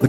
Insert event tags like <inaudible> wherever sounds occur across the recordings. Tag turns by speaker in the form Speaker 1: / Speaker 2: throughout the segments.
Speaker 1: The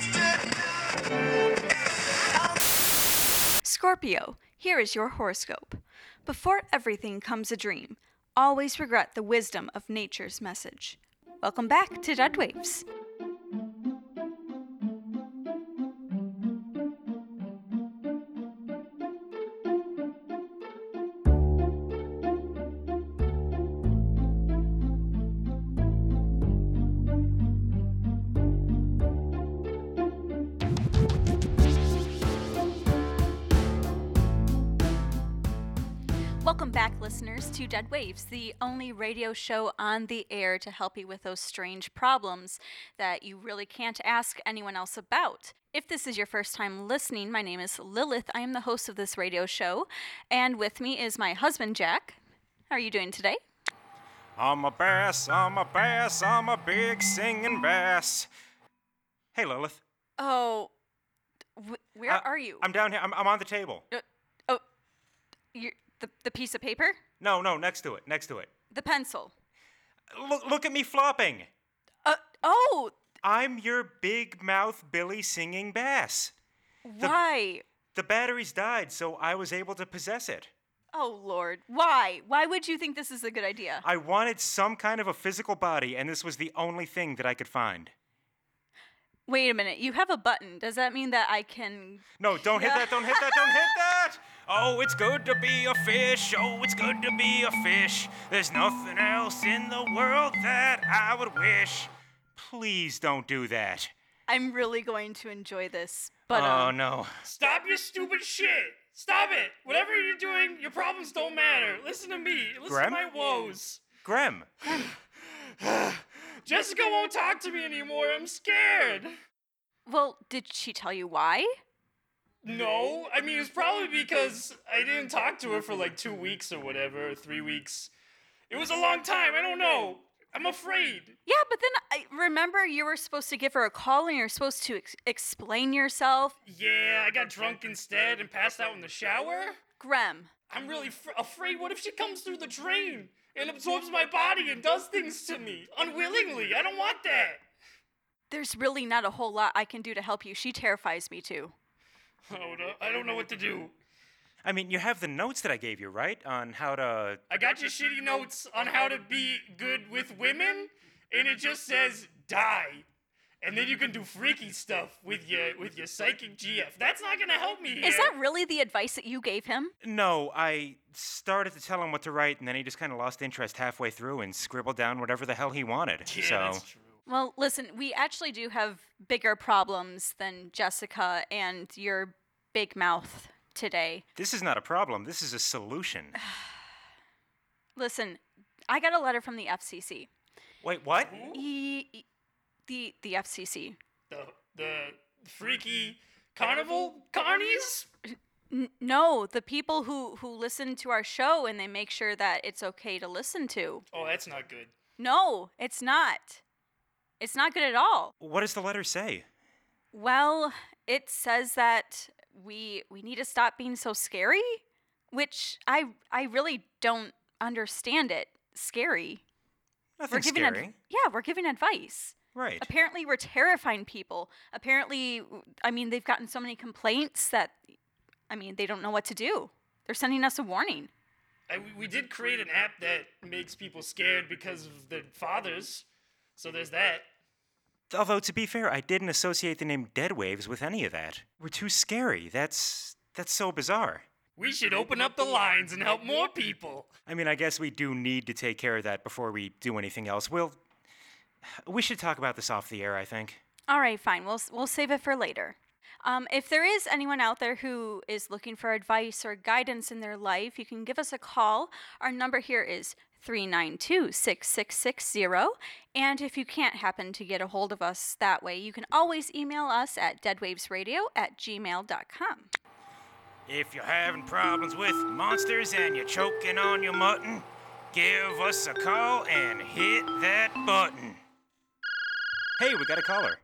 Speaker 2: Scorpio, here is your horoscope. Before everything comes a dream, always regret the wisdom of nature's message. Welcome back to Dead Waves. Welcome back, listeners, to Dead Waves, the only radio show on the air to help you with those strange problems that you really can't ask anyone else about. If this is your first time listening, my name is Lilith. I am the host of this radio show, and with me is my husband, Jack. How are you doing today?
Speaker 3: I'm a bass, I'm a bass, I'm a big singing bass. Hey, Lilith.
Speaker 2: Oh, where
Speaker 3: Uh,
Speaker 2: are you?
Speaker 3: I'm down here. I'm, I'm on the table.
Speaker 2: oh, you the, the piece of paper?
Speaker 3: No, no, next to it, next to it.
Speaker 2: The pencil.
Speaker 3: Look, look at me flopping.
Speaker 2: Uh, oh,
Speaker 3: I'm your big mouth Billy singing bass.
Speaker 2: why?
Speaker 3: The batteries died, so I was able to possess it.
Speaker 2: Oh Lord, why? Why would you think this is a good idea?
Speaker 3: I wanted some kind of a physical body, and this was the only thing that I could find.
Speaker 2: Wait a minute, you have a button. Does that mean that I can?
Speaker 3: No, don't hit that, don't hit that, don't hit that! Oh, it's good to be a fish, oh, it's good to be a fish. There's nothing else in the world that I would wish. Please don't do that.
Speaker 2: I'm really going to enjoy this, but
Speaker 3: oh,
Speaker 2: um,
Speaker 3: no.
Speaker 4: Stop your stupid shit! Stop it! Whatever you're doing, your problems don't matter. Listen to me. Listen
Speaker 3: Graham?
Speaker 4: to my woes. <sighs>
Speaker 3: Grem,
Speaker 4: Jessica won't talk to me anymore. I'm scared.
Speaker 2: well, did she tell you why?
Speaker 4: No, I mean it's probably because I didn't talk to her for like two weeks or whatever, or three weeks. It was a long time. I don't know. I'm afraid.
Speaker 2: Yeah, but then I remember you were supposed to give her a call and you're supposed to ex- explain yourself.
Speaker 4: Yeah, I got drunk instead and passed out in the shower.
Speaker 2: Grem,
Speaker 4: I'm really fr- afraid. What if she comes through the drain and absorbs my body and does things to me unwillingly? I don't want that.
Speaker 2: there's really not a whole lot I can do to help you. She terrifies me too.
Speaker 4: Oh, no, I don't know what to do.
Speaker 3: I mean, you have the notes that I gave you, right? On how to.
Speaker 4: I got your shitty notes on how to be good with women, and it just says die. And then you can do freaky stuff with your with your psychic GF. That's not gonna help me.
Speaker 2: Is
Speaker 4: here.
Speaker 2: that really the advice that you gave him?
Speaker 3: No, I started to tell him what to write, and then he just kind of lost interest halfway through and scribbled down whatever the hell he wanted.
Speaker 4: Yeah,
Speaker 3: so.
Speaker 4: that's true.
Speaker 2: Well, listen, we actually do have bigger problems than Jessica and your big mouth today.
Speaker 3: This is not a problem. This is a solution.
Speaker 2: Listen, I got a letter from the FCC.
Speaker 3: Wait, what?
Speaker 2: E- e- the the FCC.
Speaker 4: The the freaky carnival carnies.
Speaker 2: N- no, the people who who listen to our show and they make sure that it's okay to listen to.
Speaker 4: Oh, that's not good.
Speaker 2: No, it's not. It's not good at all.
Speaker 3: What does the letter say?
Speaker 2: Well, it says that we we need to stop being so scary, which I I really don't understand it. Scary.
Speaker 3: Nothing
Speaker 2: giving ad-
Speaker 3: scary.
Speaker 2: yeah, we're giving advice.
Speaker 3: Right.
Speaker 2: Apparently, we're terrifying people. Apparently, w- I mean, they've gotten so many complaints that, I mean, they don't know what to do. They're sending us a warning.
Speaker 4: I, we- we did create an app that makes people scared because of their fathers. So there's that.
Speaker 3: Although to be fair, I didn't associate the name Dead Waves with any of that. We're too scary. That's that's so bizarre.
Speaker 4: We should open up the lines and help more people.
Speaker 3: I mean, I guess we do need to take care of that before we do anything else. We'll. We should talk about this off the air, I think.
Speaker 2: All right, fine. We'll s- we'll save it for later. Um, if there is anyone out there who is looking for advice or guidance in their life, you can give us a call. Our number here is 392 6660. And if you can't happen to get a hold of us that way, you can always email us at deadwavesradio at gmail.com.
Speaker 3: If you're having problems with monsters and you're choking on your mutton, give us a call and hit that button. Hey, we got a caller.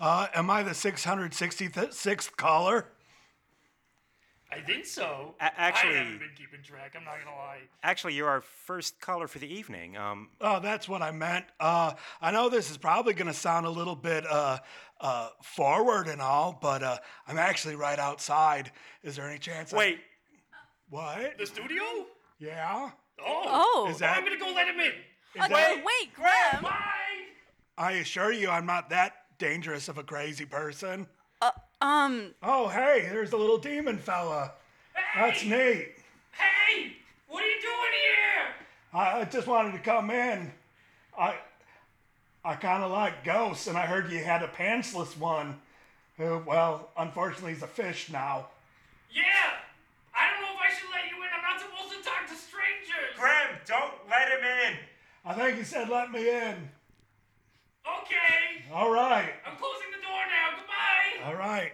Speaker 5: Uh, am I the 666th caller?
Speaker 4: I think so.
Speaker 3: A- actually-
Speaker 4: I haven't been keeping track. I'm not gonna lie.
Speaker 3: Actually, you're our first caller for the evening. Um,
Speaker 5: Oh, that's what I meant. Uh, I know this is probably going to sound a little bit uh, uh, forward and all, but uh, I'm actually right outside. Is there any chance? I-
Speaker 3: wait,
Speaker 5: what?
Speaker 4: The studio?
Speaker 5: Yeah.
Speaker 4: Oh.
Speaker 2: Oh,
Speaker 5: Is that?
Speaker 4: I'm gonna go let him in.
Speaker 5: is
Speaker 2: Uh,
Speaker 5: that-
Speaker 2: no, wait, Graham.
Speaker 4: Bye.
Speaker 5: I assure you, I'm not that dangerous of a crazy person.
Speaker 2: Um,
Speaker 5: Oh, hey, there's a little demon fella. That's neat.
Speaker 4: Hey, what are you doing here?
Speaker 5: I I just wanted to come in. I I kind of like ghosts, and I heard you had a pantsless one. Who, well, unfortunately, he's a fish now.
Speaker 4: Yeah. I don't know if I should let you in. I'm not supposed to talk to strangers.
Speaker 3: Graham, don't let him in.
Speaker 5: I think he said, "Let me in."
Speaker 4: Okay.
Speaker 5: All right,
Speaker 4: I'm closing the door now. Goodbye.
Speaker 5: all right.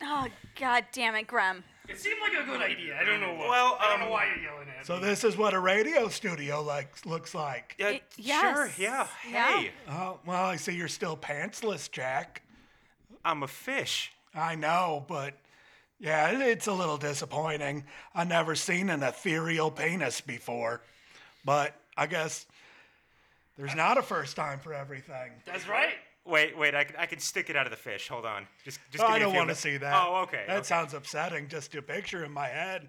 Speaker 2: oh, god damn it, Graham.
Speaker 4: It seemed like a good idea. I don't know why.
Speaker 3: Well,
Speaker 4: I don't
Speaker 3: um,
Speaker 4: know why you're yelling at
Speaker 5: So
Speaker 4: me.
Speaker 5: this is what a radio studio like looks like.
Speaker 3: Uh,
Speaker 2: Y- yes.
Speaker 3: Sure, yeah.
Speaker 2: Yeah.
Speaker 3: Hey,
Speaker 5: Oh, well, I see you're still pantsless, Jack.
Speaker 3: I'm a fish.
Speaker 5: I know, but yeah, it- it's a little disappointing. I never seen an ethereal penis before, but I guess there's not a first time for everything.
Speaker 4: That's right.
Speaker 3: Wait, wait, I can, I can stick it out of the fish. Hold on. Just, just give
Speaker 5: Oh, I
Speaker 3: me a
Speaker 5: don't
Speaker 3: few
Speaker 5: want to
Speaker 3: minutes.
Speaker 5: see that.
Speaker 3: Oh, okay.
Speaker 5: That
Speaker 3: okay.
Speaker 5: sounds upsetting. Just a picture in my head.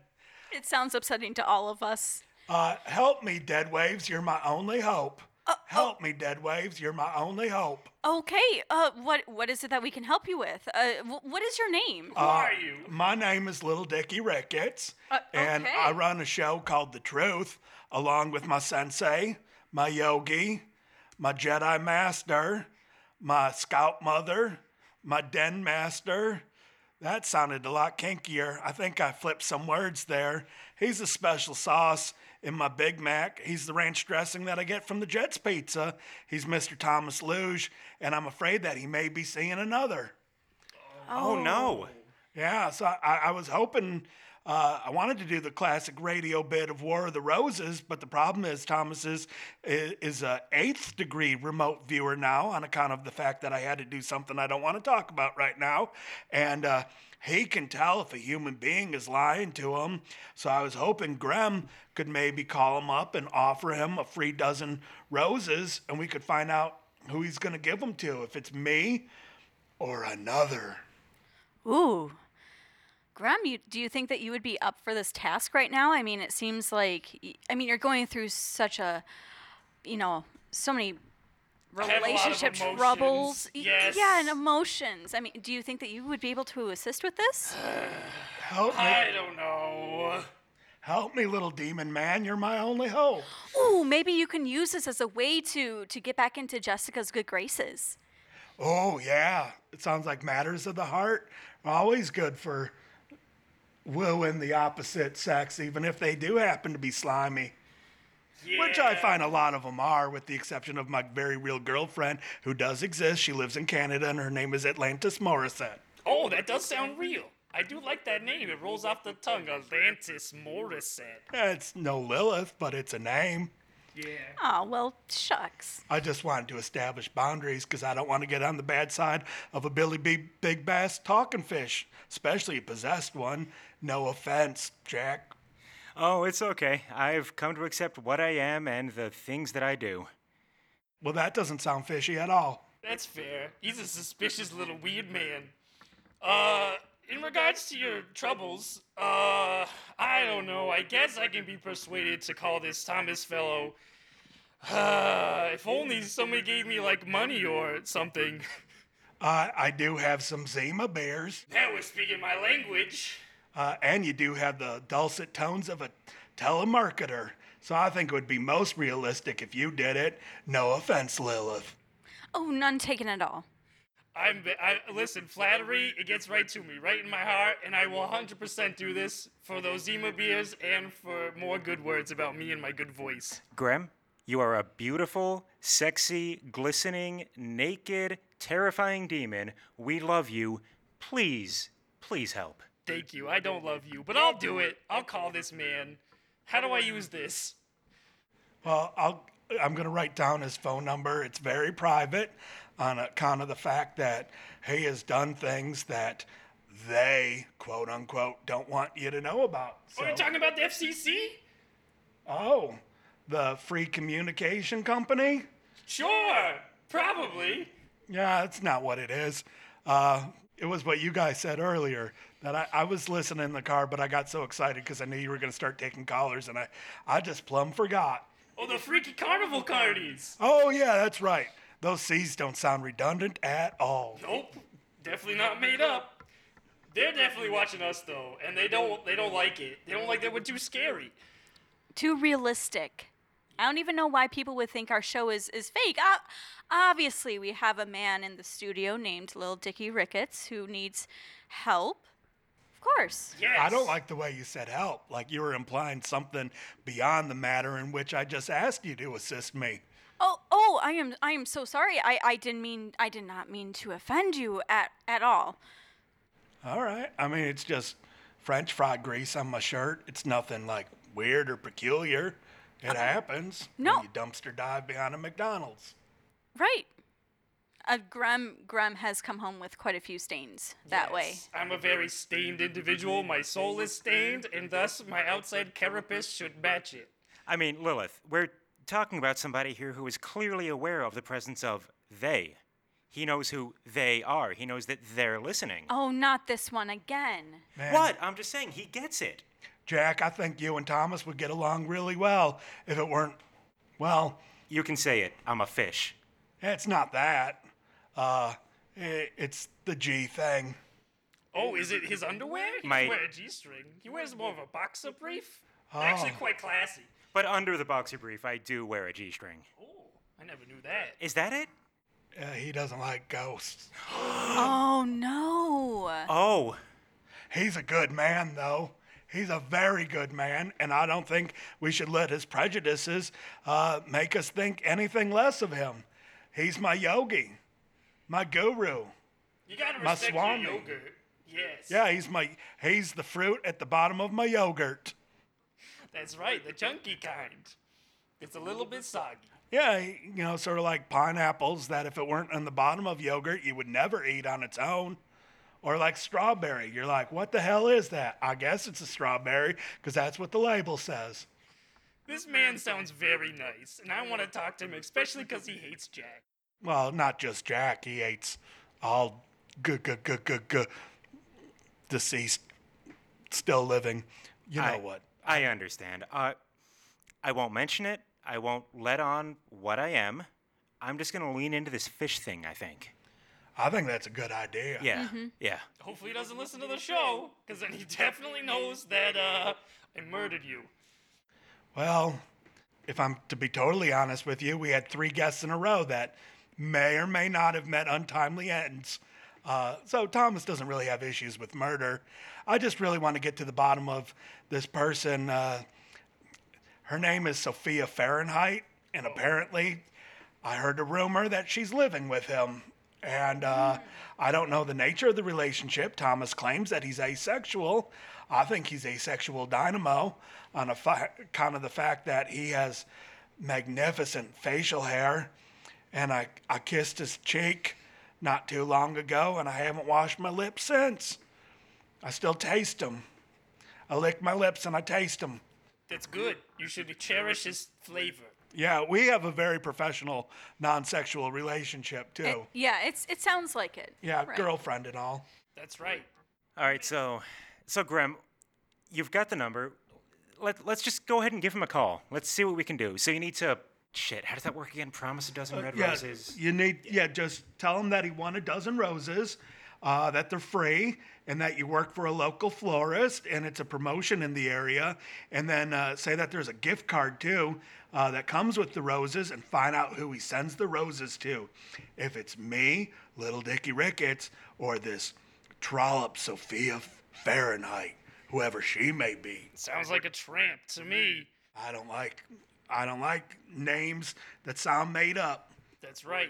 Speaker 2: It sounds upsetting to all of us.
Speaker 5: Uh, help me, Dead Waves. You're my only hope. help me, Dead Waves. You're my only hope.
Speaker 2: Okay, uh, what what is it that we can help you with? Uh, wh- what is your name?
Speaker 4: Who are you?
Speaker 5: My name is Little Dickie Ricketts,
Speaker 2: Uh,
Speaker 5: and
Speaker 2: okay.
Speaker 5: I run a show called The Truth, along with my sensei, my yogi, my Jedi master, my scout mother, my den master. That sounded a lot kinkier. I think I flipped some words there. He's a special sauce in my Big Mac. He's the ranch dressing that I get from the Jets Pizza. He's Mr. Thomas Luge, and I'm afraid that he may be seeing another.
Speaker 3: Oh, no.
Speaker 5: Yeah, so I, I was hoping uh, I wanted to do the classic radio bit of War of the Roses, but the problem is Thomas is is, is a eighth degree remote viewer now on account of the fact that I had to do something I don't want to talk about right now, and uh, he can tell if a human being is lying to him. So I was hoping Graham could maybe call him up and offer him a free dozen roses, and we could find out who he's going to give them to, if it's me or another.
Speaker 2: Ooh, Graham, you, do you think that you would be up for this task right now? I mean, it seems like y- I mean you're going through such a, you know, so many
Speaker 4: have a lot of
Speaker 2: relationship
Speaker 4: emotions.
Speaker 2: troubles. Y-
Speaker 4: Yes.
Speaker 2: Yeah, and emotions. I mean, do you think that you would be able to assist with this?
Speaker 5: Help me.
Speaker 4: I don't know.
Speaker 5: Help me, little demon man. You're my only hope.
Speaker 2: Ooh, maybe you can use this as a way to to get back into Jessica's good graces.
Speaker 5: Oh, yeah. It sounds like matters of the heart are always good for wooing the opposite sex, even if they do happen to be slimy, which I
Speaker 4: Yeah.
Speaker 5: find a lot of them are, with the exception of my very real girlfriend who does exist. She lives in Canada and her name is Atlantis Morissette.
Speaker 4: Oh, that does sound real. I do like that name. It rolls off the tongue. Atlantis Morissette.
Speaker 5: It's no Lilith, but it's a name.
Speaker 4: Yeah.
Speaker 2: Oh well, shucks.
Speaker 5: I just wanted to establish boundaries because I don't want to get on the bad side of a Billy B- Big Bass talking fish, especially a possessed one. No offense, Jack.
Speaker 3: Oh, it's okay. I've come to accept what I am and the things that I do.
Speaker 5: Well, that doesn't sound fishy at all.
Speaker 4: That's fair. He's a suspicious little weird man. Uh, in regards to your troubles, uh, I don't know. I guess I can be persuaded to call this Thomas fellow. Uh, if only somebody gave me like money or something. <laughs>
Speaker 5: I I Uh, do have some Zima bears.
Speaker 4: That was speaking my language.
Speaker 5: uh, and you do have the dulcet tones of a telemarketer. So I think it would be most realistic if you did it. No offense, Lilith.
Speaker 2: Oh, none taken at all.
Speaker 4: I'm I, listen, flattery it gets right to me, right in my heart, and I will 100% do this for those Zima beers and for more good words about me and my good voice.
Speaker 3: Grem, you are a beautiful, sexy, glistening, naked, terrifying demon. We love you. Please, please help.
Speaker 4: Thank you. I don't love you, but I'll do it. I'll call this man. How do I use this?
Speaker 5: Well, I'll, I'm going to write down his phone number. It's very private on account of the fact that he has done things that they, quote unquote, don't want you to know about.
Speaker 4: Oh, you're
Speaker 5: So-
Speaker 4: talking about the FCC?
Speaker 5: oh, the free communication company?
Speaker 4: Sure, probably.
Speaker 5: Yeah, that's not what it is. Uh, it was what you guys said earlier that I, I was listening in the car, but I got so excited because I knew you were going to start taking callers, and I, I just plumb forgot.
Speaker 4: Oh, the freaky carnival carnies.
Speaker 5: Oh, yeah, that's right. Those C's don't sound redundant at all.
Speaker 4: Nope, definitely not made up. They're definitely watching us though, and they don't they don't like it. They don't like that we're too scary.
Speaker 2: Too realistic. I don't even know why people would think our show is, is fake. Uh, obviously, we have a man in the studio named Lil Dicky Ricketts who needs help. Of course.
Speaker 4: Yes.
Speaker 5: I don't like the way you said help. Like you were implying something beyond the matter in which I just asked you to assist me.
Speaker 2: Oh, oh, I am I am so sorry. I, I didn't mean I did not mean to offend you at at all.
Speaker 5: All right. I mean, it's just French fry grease on my shirt. It's nothing like weird or peculiar. It happens.
Speaker 2: no.
Speaker 5: When you dumpster dive behind a McDonald's.
Speaker 2: Right. Uh, Grem Grem has come home with quite a few stains that way.
Speaker 4: I'm a very stained individual. My soul is stained, and thus my outside carapace should match it.
Speaker 3: I mean, Lilith, we're talking about somebody here who is clearly aware of the presence of they. He knows who they are. He knows that they're listening.
Speaker 2: Oh, not this one again.
Speaker 5: Man,
Speaker 3: What? I'm just saying, he gets it.
Speaker 5: Jack, I think you and Thomas would get along really well if it weren't, well,
Speaker 3: You can say it. I'm a fish.
Speaker 5: it's not that. Uh, i it's the G thing.
Speaker 4: Oh, is it his underwear? He
Speaker 3: My-
Speaker 4: doesn't wear a G-string. He wears more of a boxer brief.
Speaker 5: Ah.
Speaker 4: Actually, quite classy.
Speaker 3: But under the boxer brief, I do wear a G string.
Speaker 4: Oh, I never knew that.
Speaker 3: Is that it?
Speaker 5: Uh, he doesn't like ghosts.
Speaker 2: Oh no.
Speaker 3: Oh,
Speaker 5: He's a good man, though. He's a very good man, and I don't think we should let his prejudices uh, make us think anything less of him. He's my yogi, my guru.
Speaker 4: You gotta
Speaker 5: My
Speaker 4: respect
Speaker 5: swami.
Speaker 4: your yogurt. Yes.
Speaker 5: Yeah, he's my he's the fruit at the bottom of my yogurt.
Speaker 4: That's right, the chunky kind. It's a little bit soggy.
Speaker 5: Yeah, he- you know, sort of like pineapples that if it weren't on the bottom of yogurt, you would never eat on its own. Or like strawberry, you're like, what the hell is that? I guess it's a strawberry because that's what the label says.
Speaker 4: This man sounds very nice, and I want to talk to him, especially because he hates Jack.
Speaker 5: Well, not just Jack. He hates all good, good, good, good, good deceased, still living. You know
Speaker 3: I-
Speaker 5: what?
Speaker 3: I understand. Uh, I won't mention it. I won't let on what I am. I'm just going to lean into this fish thing, I think.
Speaker 5: I think that's a good idea.
Speaker 3: Yeah. Yeah.
Speaker 4: Hopefully, he doesn't listen to the show, because then he <laughs> definitely knows that uh, I murdered you.
Speaker 5: Well, if I'm to be totally honest with you, we had three guests in a row that may or may not have met untimely ends. Uh, so Thomas doesn't really have issues with murder. I just really want to get to the bottom of this person. Uh, her name is Sophia Fahrenheit, and
Speaker 3: Oh.
Speaker 5: apparently, I heard a rumor that she's living with him. And uh, I don't know the nature of the relationship. Thomas claims that he's asexual. I think he's asexual dynamo on a fi- kind of the fact that he has magnificent facial hair. And I, I kissed his cheek not too long ago, and I haven't washed my lips since. I still taste them. I lick my lips and I taste them.
Speaker 4: That's good. You should cherish his flavor.
Speaker 5: Yeah, we have a very professional non-sexual relationship too.
Speaker 2: It- yeah, it's it sounds like it.
Speaker 5: yeah,
Speaker 2: Right.
Speaker 5: girlfriend and all.
Speaker 4: That's right.
Speaker 3: All right. So, so Grim, you've got the number. Let, let's just go ahead and give him a call. Let's see what we can do. So you need to. Shit, how does that work again? Promise a dozen red
Speaker 5: Uh, yeah,
Speaker 3: roses.
Speaker 5: you need yeah, just tell him that he won a dozen roses. uh, that they're free and that you work for a local florist and it's a promotion in the area. And then uh, say that there's a gift card too uh, that comes with the roses and find out who he sends the roses to. If it's me, Little Dickie Ricketts, or this trollop Sophia Fahrenheit, whoever she may be.
Speaker 4: Sounds like a tramp to me.
Speaker 5: I don't like I don't like names that sound made up.
Speaker 4: That's right.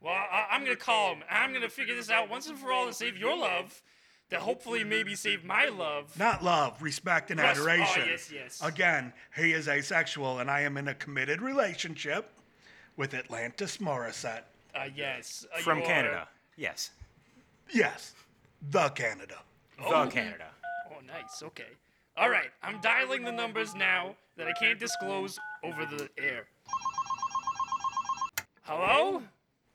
Speaker 4: Well, I, I'm gonna call him. I'm gonna figure this out once and for all to save your love, that hopefully maybe save my love.
Speaker 5: Not love, respect, and
Speaker 4: Yes, oh,
Speaker 5: adoration.
Speaker 4: yes, yes.
Speaker 5: Again, he is asexual, and I am in a committed relationship with Atlantis Morissette.
Speaker 4: Uh, yes. uh,
Speaker 3: From
Speaker 4: you are-
Speaker 3: Canada. Yes.
Speaker 5: Yes, the Canada.
Speaker 3: The Canada.
Speaker 4: Oh, nice. Okay. All right. I'm dialing the numbers now that I can't disclose over the air. Hello?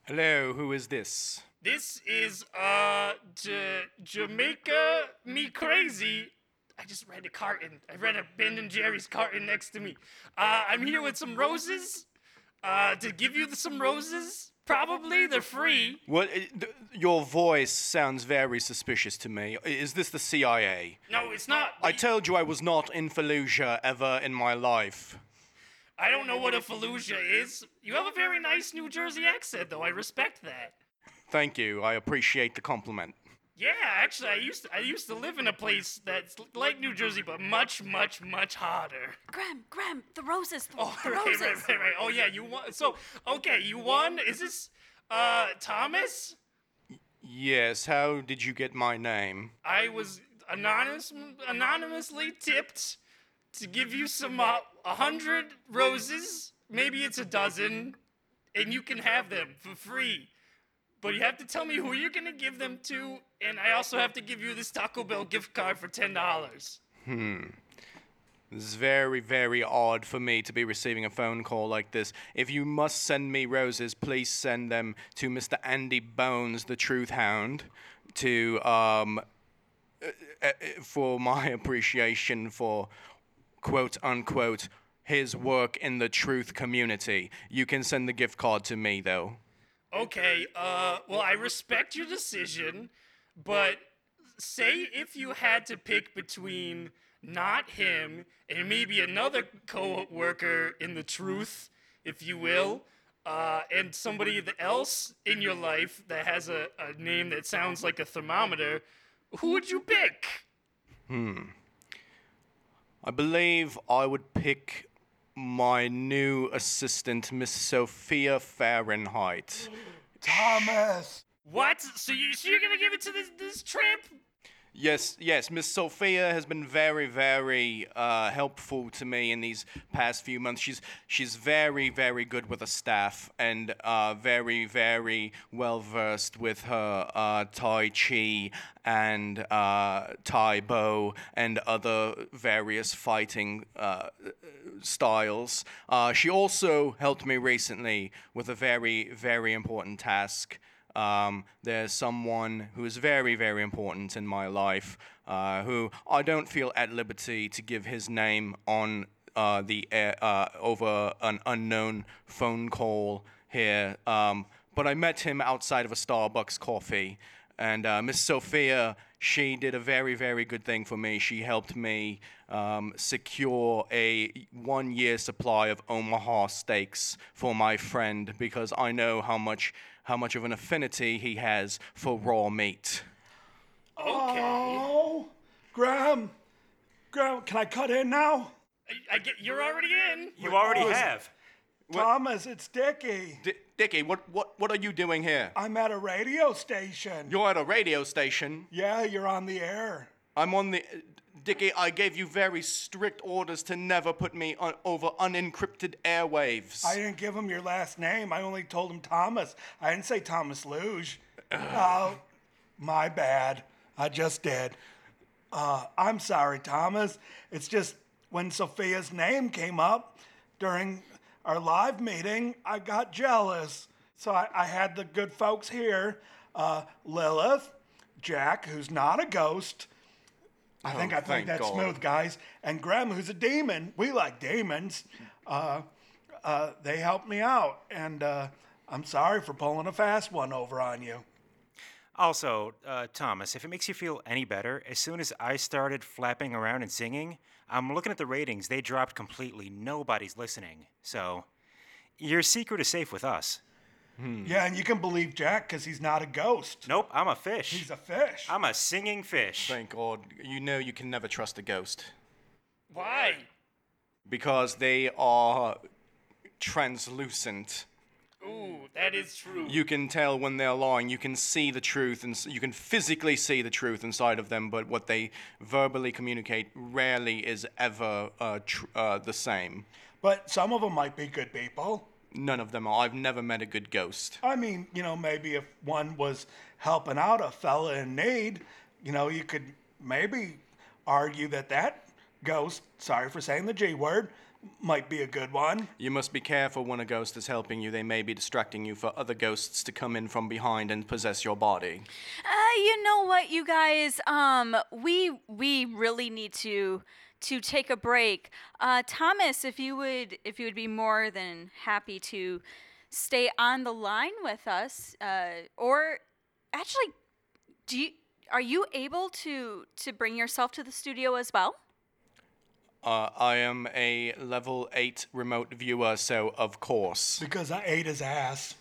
Speaker 6: Hello, who is this?
Speaker 4: This is uh J- Jamaica Me Crazy. I just read a carton. I read a Ben and Jerry's carton next to me. Uh, I'm here with some roses. Uh, to give you some roses. Probably they're free.
Speaker 6: What? i- th- Your voice sounds very suspicious to me. I- Is this the CIA?
Speaker 4: No, it's not.
Speaker 6: I told you I was not in Fallujah ever in my life.
Speaker 4: I don't know what a Fallujah is. You have a very nice New Jersey accent, though. I respect that.
Speaker 6: Thank you. I appreciate the compliment.
Speaker 4: Yeah, actually, I used to, I used to live in a place that's like New Jersey, but much, much, much hotter.
Speaker 2: Graham, Graham, the roses, the,
Speaker 4: Oh, <laughs>
Speaker 2: the <laughs>
Speaker 4: right,
Speaker 2: roses.
Speaker 4: right, right, right. Oh, yeah, you won. So, okay, you won. Is this, uh, Thomas?
Speaker 6: Yes. How did you get my name?
Speaker 4: I was anonymous, anonymously tipped to give you some, uh, a hundred roses. Maybe it's a dozen. And you can have them for free. But you have to tell me who you're going to give them to. And I also have to give you this Taco Bell gift card for $10.
Speaker 6: This is very, very odd for me to be receiving a phone call like this. If you must send me roses, please send them to Mr. Andy Bones, the Truth Hound, to um, uh, uh, for my <laughs> appreciation for quote unquote his work in the truth community. You can send the gift card to me though.
Speaker 4: Okay, uh, well, I respect your decision, but say if you had to pick between not him and maybe another co worker in the truth, if you will, uh, and somebody th- else in your life that has a, a name that sounds like a thermometer, who would you pick?
Speaker 6: I believe I would pick my new assistant, Miss Sophia Fahrenheit.
Speaker 5: Thomas.
Speaker 4: What? So, you, so you're gonna give it to this, this tramp?
Speaker 6: Yes, yes. Miss Sophia has been very, very uh, helpful to me in these past few months. She's she's very, very good with her staff and uh, very, very well versed with her uh, Tai Chi and uh, Tai Bo and other various fighting uh, styles. Uh, she also helped me recently with a very, very important task. Um, there's someone who is very, very important in my life uh, who I don't feel at liberty to give his name on uh, the air, uh, over an unknown phone call here. Um, but I met him outside of a Starbucks coffee, and uh, Miss Sophia, she did a very, very good thing for me. She helped me um, secure a one year supply of Omaha steaks for my friend because I know how much how much of an affinity he has for raw meat.
Speaker 5: Oh, Graham. Graham, can I cut in now?
Speaker 4: I, I get you're already in.
Speaker 3: You already have.
Speaker 5: Thomas, it's Dickie.
Speaker 6: D- Dickie, what, what, what are you doing here?
Speaker 5: I'm at a radio station.
Speaker 6: You're at a radio station.
Speaker 5: yeah, you're on the air.
Speaker 6: I'm on the. Dickie, I gave you very strict orders to never put me on, over unencrypted airwaves.
Speaker 5: I didn't give him your last name. I only told him Thomas. I didn't say Thomas Luge. oh, my bad. I just did. Uh, I'm sorry, Thomas. It's just when Sophia's name came up during our live meeting, I got jealous. So I, I had the good folks here uh, Lilith, Jack, who's not a ghost. I think I played
Speaker 6: Oh, thank
Speaker 5: that
Speaker 6: God.
Speaker 5: smooth, guys. And Graham, who's a demon. We like demons. Uh, uh, they helped me out, and uh, I'm sorry for pulling a fast one over on you.
Speaker 3: Also, uh, Thomas, if it makes you feel any better, as soon as I started flapping around and singing, I'm looking at the ratings. They dropped completely. Nobody's listening. So, your secret is safe with us.
Speaker 6: Hmm.
Speaker 5: Yeah, and you can believe Jack because he's not a ghost.
Speaker 3: Nope, I'm a fish.
Speaker 5: He's a fish.
Speaker 3: I'm a singing fish.
Speaker 6: Thank God. You know you can never trust a ghost
Speaker 4: Why?
Speaker 6: because they are translucent.
Speaker 4: Ooh, that is true.
Speaker 6: You can tell when they're lying. You can see the truth, and s- you can physically see the truth inside of them. But what they verbally communicate rarely is ever uh, tr- uh, the same.
Speaker 5: but some of them might be good people.
Speaker 6: None of them are. I've never met a good ghost.
Speaker 5: I mean, you know, maybe if one was helping out a fella in need, you know, you could maybe argue that that ghost, sorry for saying the G word, might be a good one.
Speaker 6: You must be careful when a ghost is helping you. They may be distracting you for other ghosts to come in from behind and possess your body.
Speaker 2: Uh, you know what, you guys? Um, we we really need to to take a break. Uh, Thomas, if you would if you would be more than happy to stay on the line with us, uh, or actually, do you, are you able to to bring yourself to the studio as well?
Speaker 6: Uh, I am a level 8 remote viewer, so of course.
Speaker 5: Because I ate his ass.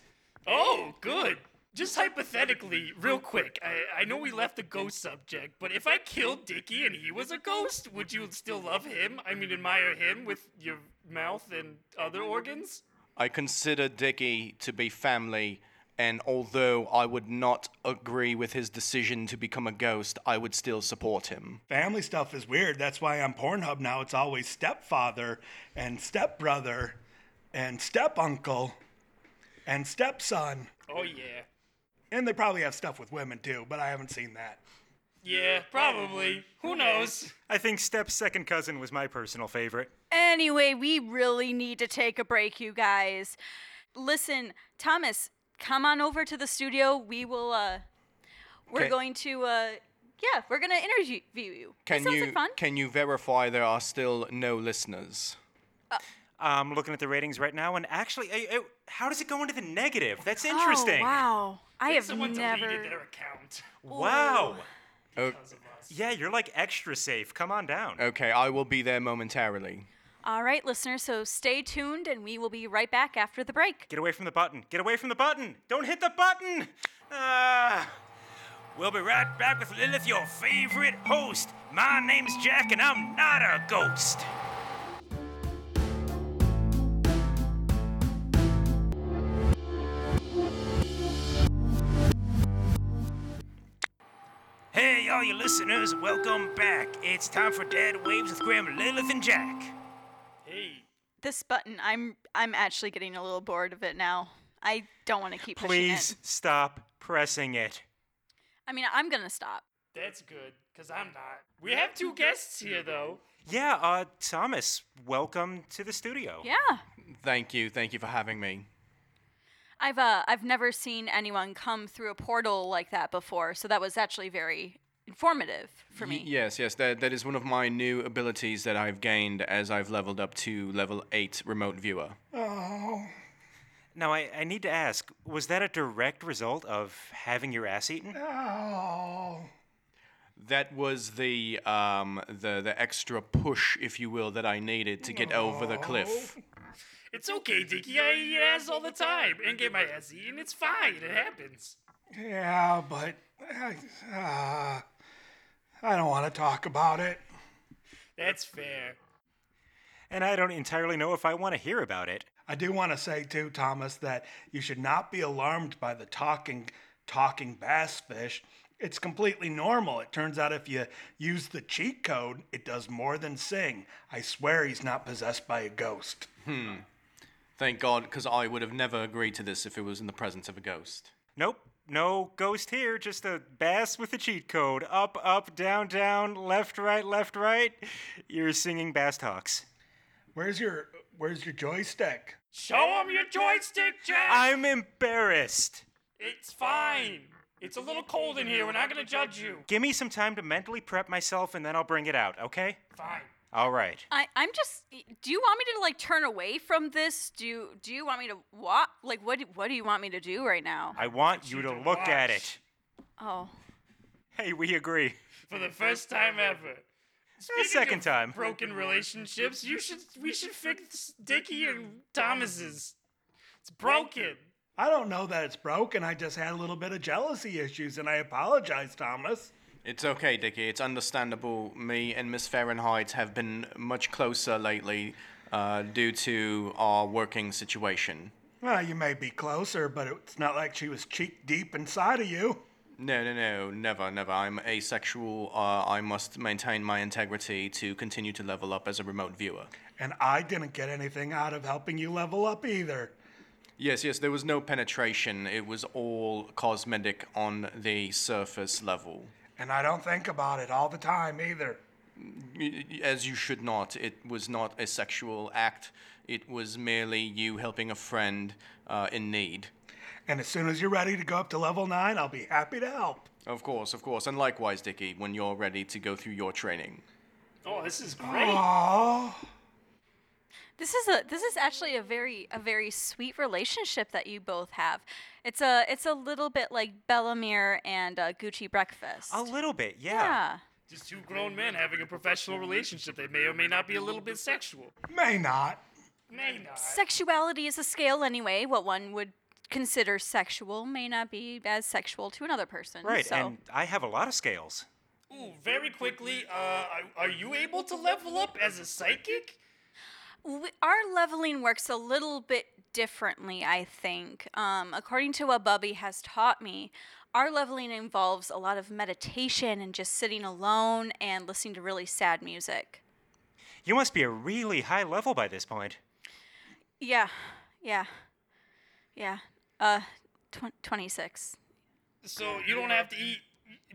Speaker 4: Oh, good. Just hypothetically, real quick, I, I know we left the ghost subject, but if I killed Dickie and he was a ghost, would you still love him? I mean, admire him with your mouth and other organs?
Speaker 6: I consider Dickie to be family, and although I would not agree with his decision to become a ghost, I would still support him.
Speaker 5: Family stuff is weird. That's why on Pornhub now it's always stepfather and stepbrother and stepuncle and stepson.
Speaker 4: Oh, yeah.
Speaker 5: And they probably have stuff with women too, but I haven't seen that.
Speaker 4: Yeah, probably. Who knows?
Speaker 3: I think Step's second cousin was my personal favorite.
Speaker 2: Anyway, we really need to take a break, you guys. Listen, Thomas, come on over to the studio. We will. uh We're
Speaker 6: Okay.
Speaker 2: going to. uh Yeah, we're gonna interview you. that
Speaker 6: Can
Speaker 2: sounds
Speaker 6: you
Speaker 2: like fun.
Speaker 6: can you verify there are still no listeners?
Speaker 3: I'm looking at the ratings right now, and actually, eh, eh, how does it go into the negative? That's interesting.
Speaker 2: Oh, wow, I have
Speaker 4: Someone
Speaker 2: never.
Speaker 4: deleted their account.
Speaker 3: Wow.
Speaker 6: O-
Speaker 3: Yeah, you're like extra safe. Come on down.
Speaker 6: okay, I will be there momentarily.
Speaker 2: All right, listeners, so stay tuned, and we will be right back after the break.
Speaker 3: Get away from the button. Get away from the button. Don't hit the button. Ah. we'll be right back with Lilith, your favorite host. My name's Jack, and I'm not a ghost. Hey, all you listeners, welcome back. It's time for Dead Waves with Graham, Lilith, and Jack.
Speaker 4: Hey,
Speaker 2: This button, I'm I'm actually getting a little bored of it now. I don't want to keep pushing it.
Speaker 3: Please stop pressing it.
Speaker 2: I mean, I'm gonna stop.
Speaker 4: that's good, because I'm not. We have two guests here, though.
Speaker 3: Yeah, uh, Thomas, welcome to the studio.
Speaker 2: Yeah.
Speaker 6: Thank you, thank you for having me.
Speaker 2: I've uh, I've never seen anyone come through a portal like that before, so that was actually very informative for
Speaker 6: Y-
Speaker 2: me.
Speaker 6: yes, yes, that, that is one of my new abilities that I've gained as I've leveled up to level 8 remote viewer.
Speaker 3: Now, I, I need to ask was that a direct result of having your ass eaten?
Speaker 5: Uh, Oh.
Speaker 6: That was the um, the the extra push, if you will, that I needed to get over the cliff.
Speaker 4: It's okay, Dickie. I eat ass all the time and get my ass eaten. It's fine. It happens.
Speaker 5: Yeah, but uh, I don't want to talk about it.
Speaker 4: That's fair.
Speaker 3: And I don't entirely know if I want to hear about it.
Speaker 5: I do want to say too, Thomas, that you should not be alarmed by the talking talking bass fish. It's completely normal. It turns out if you use the cheat code, it does more than sing. I swear he's not possessed by a ghost.
Speaker 6: Thank God, because I would have never agreed to this if it was in the presence of a ghost.
Speaker 3: Nope, no ghost here, just a bass with a cheat code. Up, up, down, down, left, right, left, right. You're singing bass talks.
Speaker 5: Where's your where's your joystick?
Speaker 4: Show him your joystick, Jack.
Speaker 3: I'm embarrassed.
Speaker 4: It's fine. It's a little cold in here. We're not gonna judge you.
Speaker 3: Give me some time to mentally prep myself and then I'll bring it out, okay?
Speaker 4: Fine.
Speaker 3: All right.
Speaker 2: I, I'm just. Do you want me to like turn away from this? Do you, Do you want me to walk? Like, what do- What do you want me to do right now?
Speaker 3: I want you to look at
Speaker 4: watch.
Speaker 3: it.
Speaker 2: Oh,
Speaker 3: Hey, we agree.
Speaker 4: for the first time ever.
Speaker 3: Eh, second
Speaker 4: of
Speaker 3: time.
Speaker 4: Broken relationships. You should. We should fix Dickie and Thomas's. It's broken.
Speaker 5: I don't know that it's broken. I just had a little bit of jealousy issues, and I apologize, Thomas.
Speaker 6: It's okay, Dickie. It's understandable. Me and Miss Fahrenheit have been much closer lately uh, due to our working situation.
Speaker 5: Well, you may be closer, but it's not like she was cheek deep inside of you.
Speaker 6: No, no, no, never, never. I'm asexual. Uh, I must maintain my integrity to continue to level up as a remote viewer.
Speaker 5: And I didn't get anything out of helping you level up either.
Speaker 6: Yes, yes, there was no penetration. It was all cosmetic on the surface level.
Speaker 5: And I don't think about it all the time either.
Speaker 6: Y- y- As you should not. It was not a sexual act. It was merely you helping a friend uh, in need.
Speaker 5: And as soon as you're ready to go up to level nine, I'll be happy to help.
Speaker 6: Of course, of course. And likewise, Dickie, when you're ready to go through your training.
Speaker 4: Oh, this is great.
Speaker 5: Oh,
Speaker 2: this is a this is actually a very a very sweet relationship that you both have. It's a it's a little bit like Bellamere and uh, Gucci breakfast.
Speaker 3: A little bit, yeah.
Speaker 2: yeah.
Speaker 4: Just two grown men having a professional relationship that may or may not be a little bit sexual.
Speaker 5: may not.
Speaker 4: May not.
Speaker 2: Sexuality is a scale anyway. What one would consider sexual may not be as sexual to another person.
Speaker 3: Right,
Speaker 2: So
Speaker 3: and I have a lot of scales.
Speaker 4: Ooh, very quickly. Uh, are- are you able to level up as a psychic?
Speaker 2: we, our leveling works a little bit differently, I think. Um, according to what Bubby has taught me, our leveling involves a lot of meditation and just sitting alone and listening to really sad music.
Speaker 3: You must be a really high level by this point. <laughs>
Speaker 2: Yeah, yeah, yeah. Uh, tw- 26.
Speaker 4: So you don't have to eat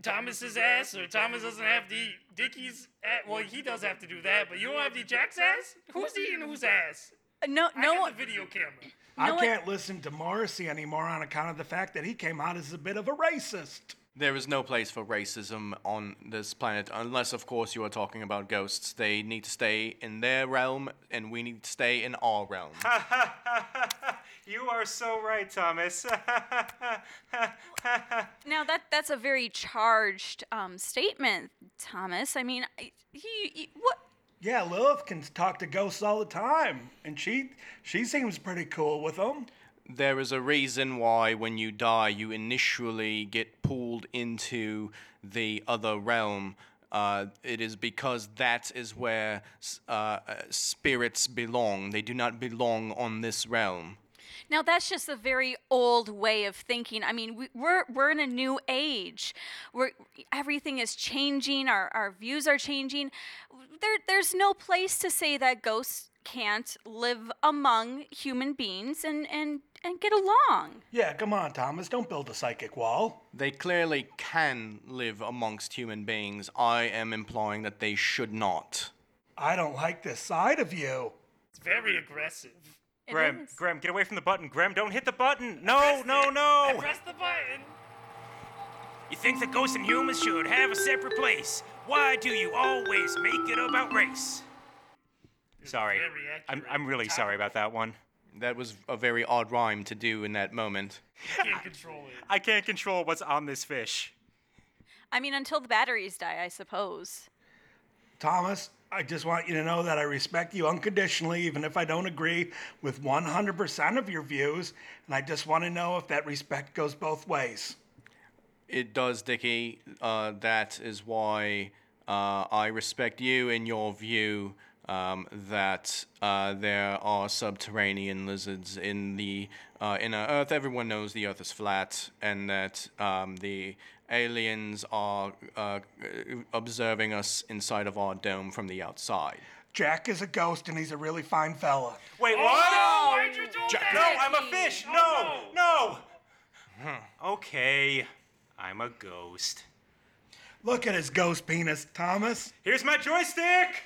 Speaker 4: Thomas's ass, or Thomas doesn't have to eat Dickie's. Ass. Well, he does have to do that, but you don't have to eat Jack's ass. Who's eating whose ass?
Speaker 2: Uh, No,
Speaker 4: I
Speaker 2: no
Speaker 4: got
Speaker 2: one.
Speaker 4: the video camera.
Speaker 2: No,
Speaker 5: I
Speaker 2: it-
Speaker 5: can't listen to Morrissey anymore on account of the fact that he came out as a bit of a racist.
Speaker 6: There is no place for racism on this planet, unless, of course, you are talking about ghosts. They need to stay in their realm, and we need to stay in our realm.
Speaker 3: you are so right, Thomas. <laughs>
Speaker 2: Now that that's a very charged um, statement, Thomas. I mean, I- he, he what?
Speaker 5: Yeah, Lilith can talk to ghosts all the time, and she she seems pretty cool with them.
Speaker 6: there is a reason why, when you die, you initially get pulled into the other realm. Uh, it is because that is where s- uh, uh, spirits belong. They do not belong on this realm.
Speaker 2: Now that's just a very old way of thinking. I mean, we, we're we're in a new age. We're everything is changing. Our our views are changing. There there's no place to say that ghosts can't live among human beings and and and get along.
Speaker 5: Yeah, come on, Thomas, don't build a psychic wall.
Speaker 6: They clearly can live amongst human beings. I am implying that they should not.
Speaker 5: I don't like this side of you.
Speaker 4: It's very aggressive.
Speaker 2: It
Speaker 3: Graham,
Speaker 2: is.
Speaker 3: Graham, get away from the button. Graham, don't hit the button. No, no,
Speaker 4: I
Speaker 3: no.
Speaker 4: pressed the button.
Speaker 3: You think that ghosts and humans should have a separate place? Why do you always make it about race? Sorry.
Speaker 4: very
Speaker 3: I'm,
Speaker 4: accurate.
Speaker 3: I'm really sorry about that one.
Speaker 6: That was a very odd rhyme to do in that moment.
Speaker 4: Can't control it.
Speaker 3: I can't control what's on this fish.
Speaker 2: I mean, until the batteries die, I suppose.
Speaker 5: Thomas, I just want you to know that I respect you unconditionally, even if I don't agree with 100% of your views. And I just want to know if that respect goes both ways.
Speaker 6: It does, Dickie. Uh, that is why uh, I respect you in your view um, that uh, there are subterranean lizards in the uh, inner Earth. Everyone knows the Earth is flat, and that um, the aliens are uh, observing us inside of our dome from the outside.
Speaker 5: Jack is a ghost and he's a really fine fella.
Speaker 3: Wait,
Speaker 4: Oh,
Speaker 3: what?
Speaker 4: no! Why'd you do that?
Speaker 3: No, I'm a
Speaker 2: Jackie.
Speaker 3: fish. No,
Speaker 4: Oh,
Speaker 3: no. Hmm, Okay, I'm a ghost.
Speaker 5: Look at his ghost penis, Thomas.
Speaker 3: Here's my joystick.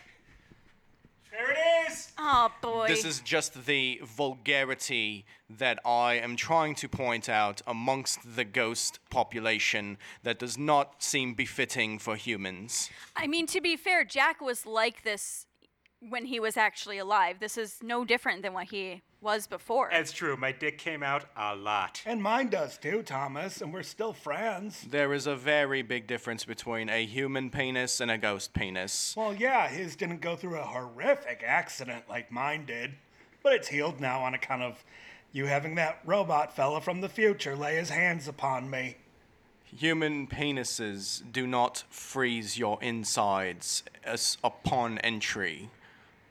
Speaker 3: There it is.
Speaker 2: Oh boy.
Speaker 6: This is just the vulgarity that I am trying to point out amongst the ghost population that does not seem befitting for humans.
Speaker 2: I mean, to be fair, Jack was like this when he was actually alive. This is no different than what he was before.
Speaker 3: That's true. My dick came out a lot.
Speaker 5: And mine does too, Thomas, and we're still friends.
Speaker 6: There is a very big difference between a human penis and a ghost penis.
Speaker 5: Well, yeah, his didn't go through a horrific accident like mine did, but it's healed now on account of you having that robot fella from the future lay his hands upon me.
Speaker 6: Human penises do not freeze your insides as upon entry.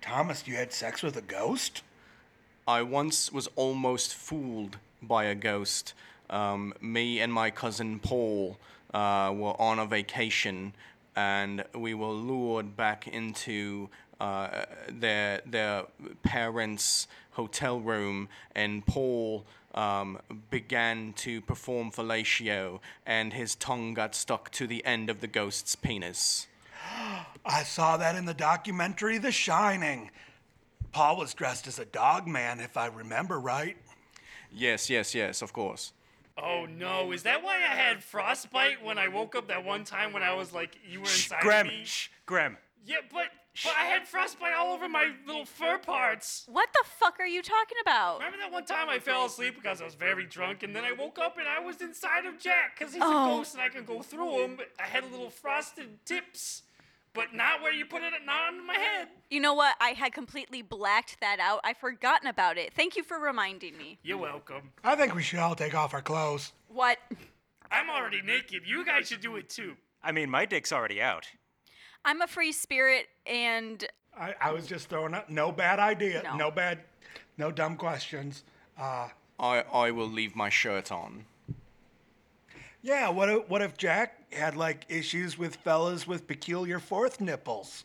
Speaker 5: Thomas, you had sex with a ghost?
Speaker 6: I once was almost fooled by a ghost. Um, me and my cousin Paul uh, were on a vacation, and we were lured back into uh, their their parents' hotel room, and Paul. Um, began to perform fellatio, and his tongue got stuck to the end of the ghost's penis.
Speaker 5: I saw that in the documentary The Shining. Paul was dressed as a dog man, if I remember right.
Speaker 6: Yes, yes, yes, of course.
Speaker 4: Oh no, is that why I had frostbite when I woke up that one time when I was like, you were
Speaker 3: Shh,
Speaker 4: inside
Speaker 3: Graham.
Speaker 4: me?
Speaker 3: Shh, Graham.
Speaker 4: Yeah, but, but I had frostbite all over my little fur parts.
Speaker 2: what the fuck are you talking about?
Speaker 4: Remember that one time I fell asleep because I was very drunk, and then I woke up and I was inside of Jack because he's
Speaker 2: Oh.
Speaker 4: a ghost and I can go through him. I had little frosted tips, but not where you put it, not on my head.
Speaker 2: You know what? I had completely blacked that out. I forgotten about it. Thank you for reminding me.
Speaker 4: You're welcome.
Speaker 5: I think we should all take off our clothes.
Speaker 2: What?
Speaker 4: I'm already naked. You guys should do it too.
Speaker 3: I mean, my dick's already out.
Speaker 2: I'm a free spirit and
Speaker 5: I, I was just throwing out no bad idea,
Speaker 2: No.
Speaker 5: no, bad, no dumb questions. Uh,
Speaker 6: I, I will leave my shirt on.
Speaker 5: yeah, what if, what if Jack had like issues with fellas with peculiar fourth nipples?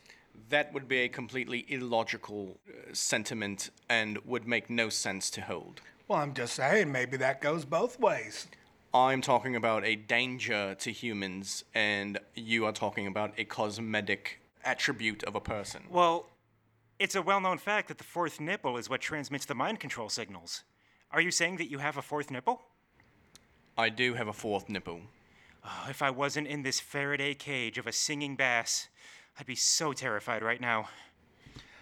Speaker 6: That would be a completely illogical uh, sentiment and would make no sense to hold.
Speaker 5: Well, I'm just saying, maybe that goes both ways.
Speaker 6: I'm talking about a danger to humans, and you are talking about a cosmetic attribute of a person.
Speaker 3: Well, it's a well known fact that the fourth nipple is what transmits the mind control signals. Are you saying that you have a fourth nipple?
Speaker 6: I do have a fourth nipple.
Speaker 3: Oh, if I wasn't in this Faraday cage of a singing bass, I'd be so terrified right now.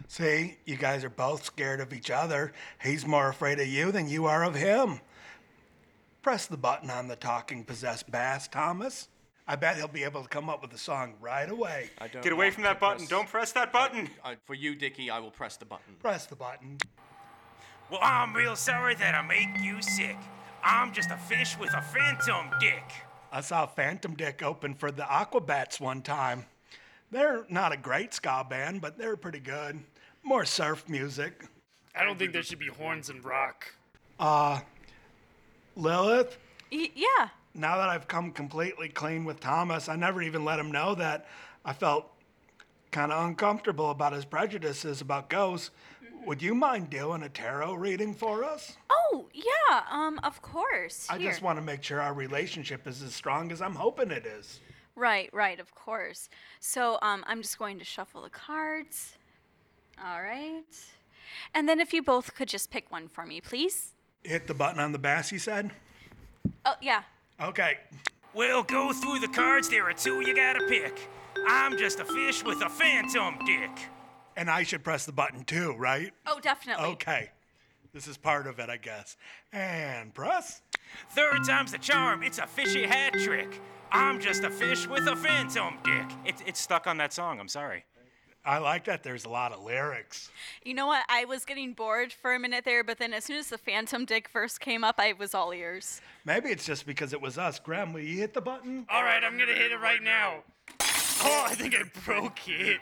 Speaker 5: See, you guys are both scared of each other. He's more afraid of you than you are of him. Press the button on the talking possessed bass, Thomas. I bet he'll be able to come up with a song right away.
Speaker 6: I don't
Speaker 3: Get away
Speaker 6: want
Speaker 3: from
Speaker 6: to
Speaker 3: that button.
Speaker 6: press-
Speaker 3: Don't press that button.
Speaker 6: I, for you, Dickie, I will press the button.
Speaker 5: Press the button.
Speaker 3: Well, I'm real sorry that I make you sick. I'm just a fish with a phantom dick.
Speaker 5: I saw Phantom Dick open for the Aquabats one time. They're not a great ska band, but they're pretty good. More surf music.
Speaker 4: I don't think there should be horns and rock.
Speaker 5: Lilith,
Speaker 2: y- yeah.
Speaker 5: now that I've come completely clean with Thomas, I never even let him know that I felt kind of uncomfortable about his prejudices about ghosts. Would you mind doing a tarot reading for us?
Speaker 2: Oh, yeah. Um of course.
Speaker 5: I just
Speaker 2: Here.
Speaker 5: want to make sure our relationship is as strong as I'm hoping it is.
Speaker 2: Right, right, of course. So um, I'm just going to shuffle the cards. All right. And then if you both could just pick one for me, please.
Speaker 5: Hit the button on the bass, he said.
Speaker 2: Oh, yeah.
Speaker 5: Okay.
Speaker 3: Well, go through the cards. There are two you gotta pick. I'm just a fish with a phantom dick.
Speaker 5: And I should press the button too, right?
Speaker 2: Oh, definitely.
Speaker 5: Okay. This is part of it, I guess. And press.
Speaker 3: Third time's the charm. It's a fishy hat trick. I'm just a fish with a phantom dick. It's it's stuck on that song. I'm sorry.
Speaker 5: I like that there's a lot of lyrics.
Speaker 2: You know what? I was getting bored for a minute there, but then as soon as the Phantom Dick first came up, I was all ears.
Speaker 5: Maybe it's just because it was us. Graham, will you hit the button?
Speaker 4: All right, I'm gonna hit it right now. Oh, I think I broke
Speaker 3: <laughs>
Speaker 4: it.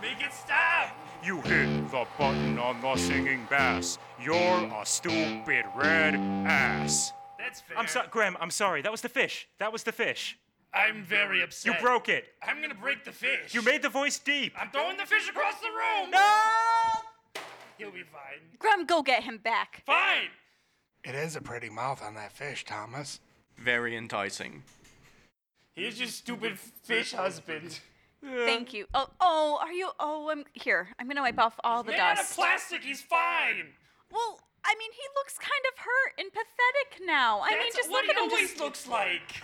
Speaker 4: Make it stop.
Speaker 3: You hit the button on the singing bass. You're a stupid red ass.
Speaker 4: That's fair.
Speaker 3: I'm sorry, Graham. I'm sorry. That was the fish. That was the fish.
Speaker 4: I'm very upset.
Speaker 3: You broke it.
Speaker 4: I'm gonna break the fish.
Speaker 3: You made the voice deep.
Speaker 4: I'm throwing the fish across the room. He'll be fine.
Speaker 2: Grum, go get him back.
Speaker 4: Fine.
Speaker 5: It is a pretty mouth on that fish, Thomas.
Speaker 6: Very enticing.
Speaker 4: Here's your stupid fish husband.
Speaker 2: Thank you. Oh, oh, are you? Oh, I'm here. I'm gonna wipe off all the
Speaker 4: Made out of
Speaker 2: dust.
Speaker 4: plastic. He's fine.
Speaker 2: well, I mean, he looks kind of hurt and pathetic now. I mean,
Speaker 4: That's
Speaker 2: just
Speaker 4: what
Speaker 2: look at
Speaker 4: he
Speaker 2: him.
Speaker 4: always
Speaker 2: just-
Speaker 4: looks like.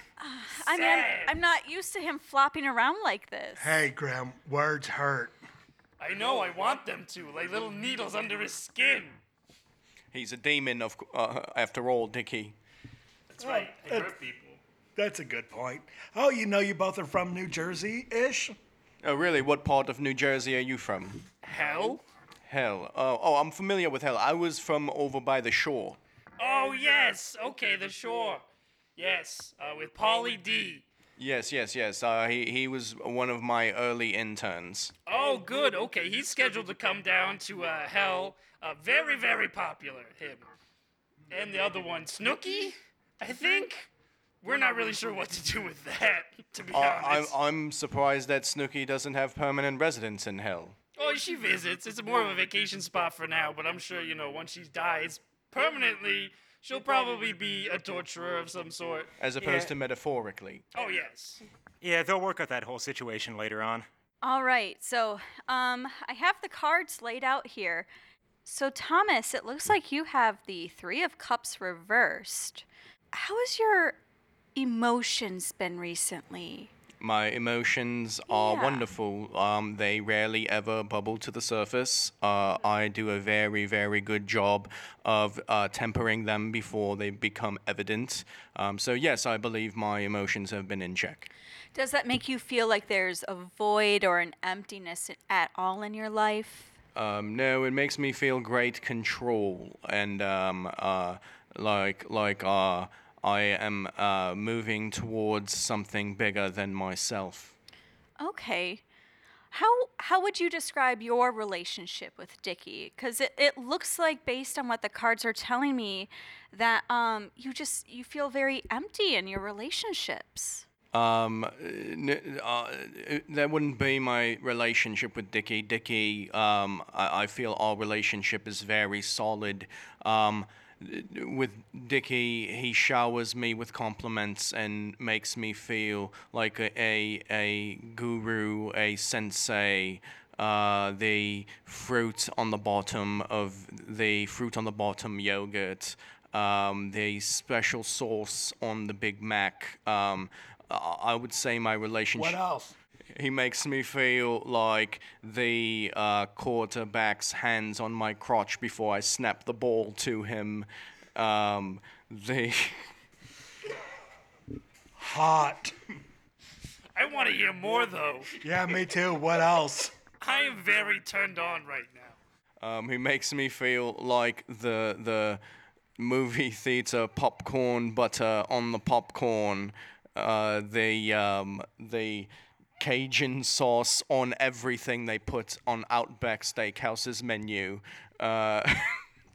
Speaker 2: I mean,
Speaker 4: sad.
Speaker 2: I'm not used to him flopping around like this.
Speaker 5: Hey, Graham, words hurt.
Speaker 4: I know I want them to, like little needles under his skin.
Speaker 6: He's a demon, of c- uh, after all, Dickie.
Speaker 4: That's right. I hurt people.
Speaker 5: That's a good point. Oh, you know you both are from New Jersey ish?
Speaker 6: Oh, really? What part of New Jersey are you from?
Speaker 4: Hell?
Speaker 6: Hell. Oh, oh, I'm familiar with hell. I was from over by the shore.
Speaker 4: Oh yes. Okay, the shore. Yes, uh, with Polly D.
Speaker 6: Yes, yes, yes. Uh, he he was one of my early interns.
Speaker 4: Oh, good. Okay, he's scheduled to come down to uh, Hell. Uh, very, very popular, him. And the other one, Snooky, I think. We're not really sure what to do with that, to be
Speaker 6: I, Uh, I'm
Speaker 4: honest.
Speaker 6: I'm surprised that Snooky doesn't have permanent residence in hell.
Speaker 4: oh, she visits. It's more of a vacation spot for now, but I'm sure, you know, once she dies permanently, she'll probably be a torturer of some sort.
Speaker 6: As opposed
Speaker 3: Yeah.
Speaker 6: to metaphorically.
Speaker 4: Oh, yes.
Speaker 3: Yeah, they'll work out that whole situation later on.
Speaker 2: All right, so um, I have the cards laid out here. So Thomas, it looks like you have the Three of Cups reversed. How has your emotions been recently?
Speaker 6: My emotions are
Speaker 2: Yeah.
Speaker 6: wonderful. Um, they rarely ever bubble to the surface. Uh, I do a very, very good job of uh, tempering them before they become evident. Um, so, yes, I believe my emotions have been in check.
Speaker 2: Does that make you feel like there's a void or an emptiness at all in your life?
Speaker 6: Um, no, it makes me feel great control and um, uh, like like uh, I am uh, moving towards something bigger than myself.
Speaker 2: Okay. How how would you describe your relationship with Dickie? Because it, it looks like based on what the cards are telling me that um you just you feel very empty in your relationships.
Speaker 6: Um, n- uh, that wouldn't be my relationship with Dickie. Dickie, um, I, I feel our relationship is very solid. Um, with Dickie, he showers me with compliments and makes me feel like a a, a guru, a sensei. Uh, the fruit on the bottom of the fruit on the bottom yogurt um, the special sauce on the Big Mac. Um, I I would say my
Speaker 5: What
Speaker 6: relationship.
Speaker 5: else?
Speaker 6: He makes me feel like the uh, quarterback's hands on my crotch before I snap the ball to him. Um, the <laughs>
Speaker 5: Hot.
Speaker 4: I want to hear more, though.
Speaker 5: Yeah, me too. What else?
Speaker 4: I am very turned on right now.
Speaker 6: um, he makes me feel like the the movie <laughs> theater popcorn butter on the popcorn. Uh, the um, the Cajun sauce on everything they put on Outback Steakhouse's menu. Uh, <laughs>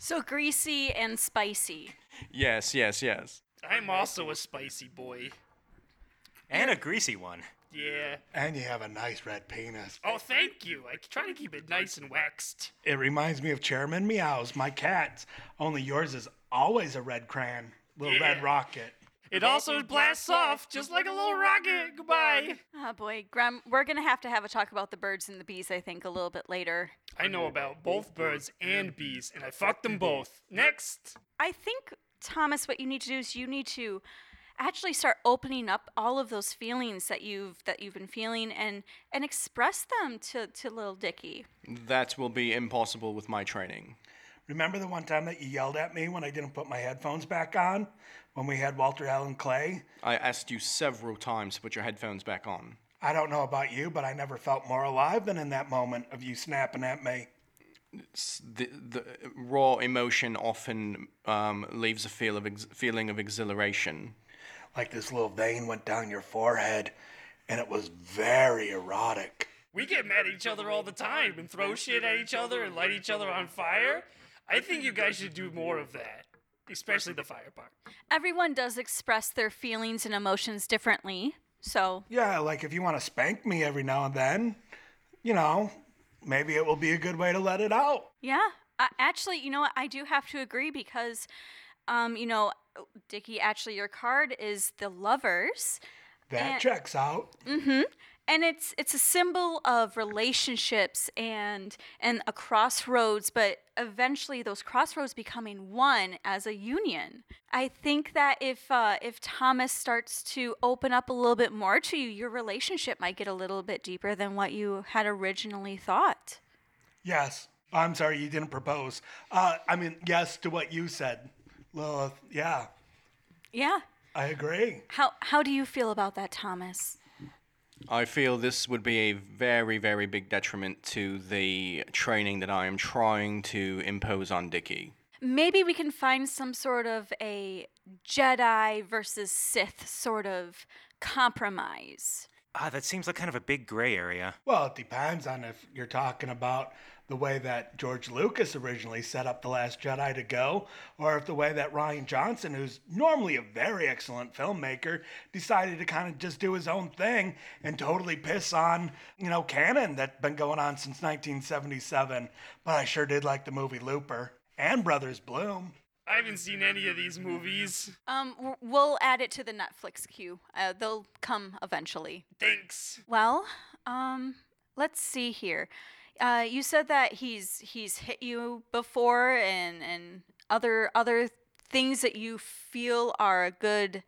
Speaker 2: So greasy and spicy.
Speaker 6: yes, yes, yes.
Speaker 4: I'm also a spicy boy.
Speaker 3: And a greasy one.
Speaker 4: Yeah.
Speaker 5: And you have a nice red penis.
Speaker 4: Oh, thank you. I try to keep it nice and waxed.
Speaker 5: It reminds me of Chairman Meows, my cat's. Only yours is always a red crayon, little
Speaker 4: Yeah.
Speaker 5: red rocket.
Speaker 4: It also blasts off just like a little rocket. Goodbye.
Speaker 2: Oh boy, Graham, we're gonna have to have a talk about the birds and the bees, I think, a little bit later.
Speaker 4: I know about both birds and bees, and I fucked them both. Next.
Speaker 2: I think, Thomas, what you need to do is you need to actually start opening up all of those feelings that you've that you've been feeling and and express them to to little Dickie.
Speaker 6: That will be impossible with my training.
Speaker 5: Remember the one time that you yelled at me when I didn't put my headphones back on? When we had Walter Allen Clay?
Speaker 6: I asked you several times to put your headphones back on.
Speaker 5: I don't know about you, but I never felt more alive than in that moment of you snapping at me.
Speaker 6: S- The, the raw emotion often um, leaves a feel of ex- feeling of exhilaration.
Speaker 5: Like this little vein went down your forehead, and it was very erotic.
Speaker 4: We get mad at each other all the time and throw shit at each other and light each other on fire. I think you guys should do more of that, especially the fire part.
Speaker 2: Everyone does express their feelings and emotions differently. So
Speaker 5: Yeah, like if you want to spank me every now and then, you know, maybe it will be a good way to let it out.
Speaker 2: yeah, I, actually, you know what? I do have to agree because, um, you know, Dickie, actually, your card is the lovers.
Speaker 5: That
Speaker 2: And-
Speaker 5: checks out.
Speaker 2: and it's it's a symbol of relationships and and a crossroads but eventually those crossroads becoming one as a union i think that if uh, if thomas starts to open up a little bit more to you your relationship might get a little bit deeper than what you had originally thought
Speaker 5: Yes. I'm sorry you didn't propose. Uh, I mean, yes to what you said, Lilith. Yeah,
Speaker 2: yeah
Speaker 5: I agree.
Speaker 2: how how do you feel about that thomas
Speaker 6: I feel this would be a very, very big detriment to the training that I am trying to impose on Dickie.
Speaker 2: maybe we can find some sort of a Jedi versus Sith sort of compromise.
Speaker 3: Ah, that seems like kind of a big gray area.
Speaker 5: Well, it depends on if you're talking about the way that George Lucas originally set up The Last Jedi to go, or if the way that Ryan Johnson, who's normally a very excellent filmmaker, decided to kind of just do his own thing and totally piss on, you know, canon that's been going on since 1977. But I sure did like the movie Looper and Brothers Bloom.
Speaker 4: I haven't seen any of these movies.
Speaker 2: Um, w- we'll add it to the Netflix queue. Uh, they'll come eventually.
Speaker 4: Thanks.
Speaker 2: Well, um, let's see here. Uh, you said that he's he's hit you before, and and other other things that you feel are a good.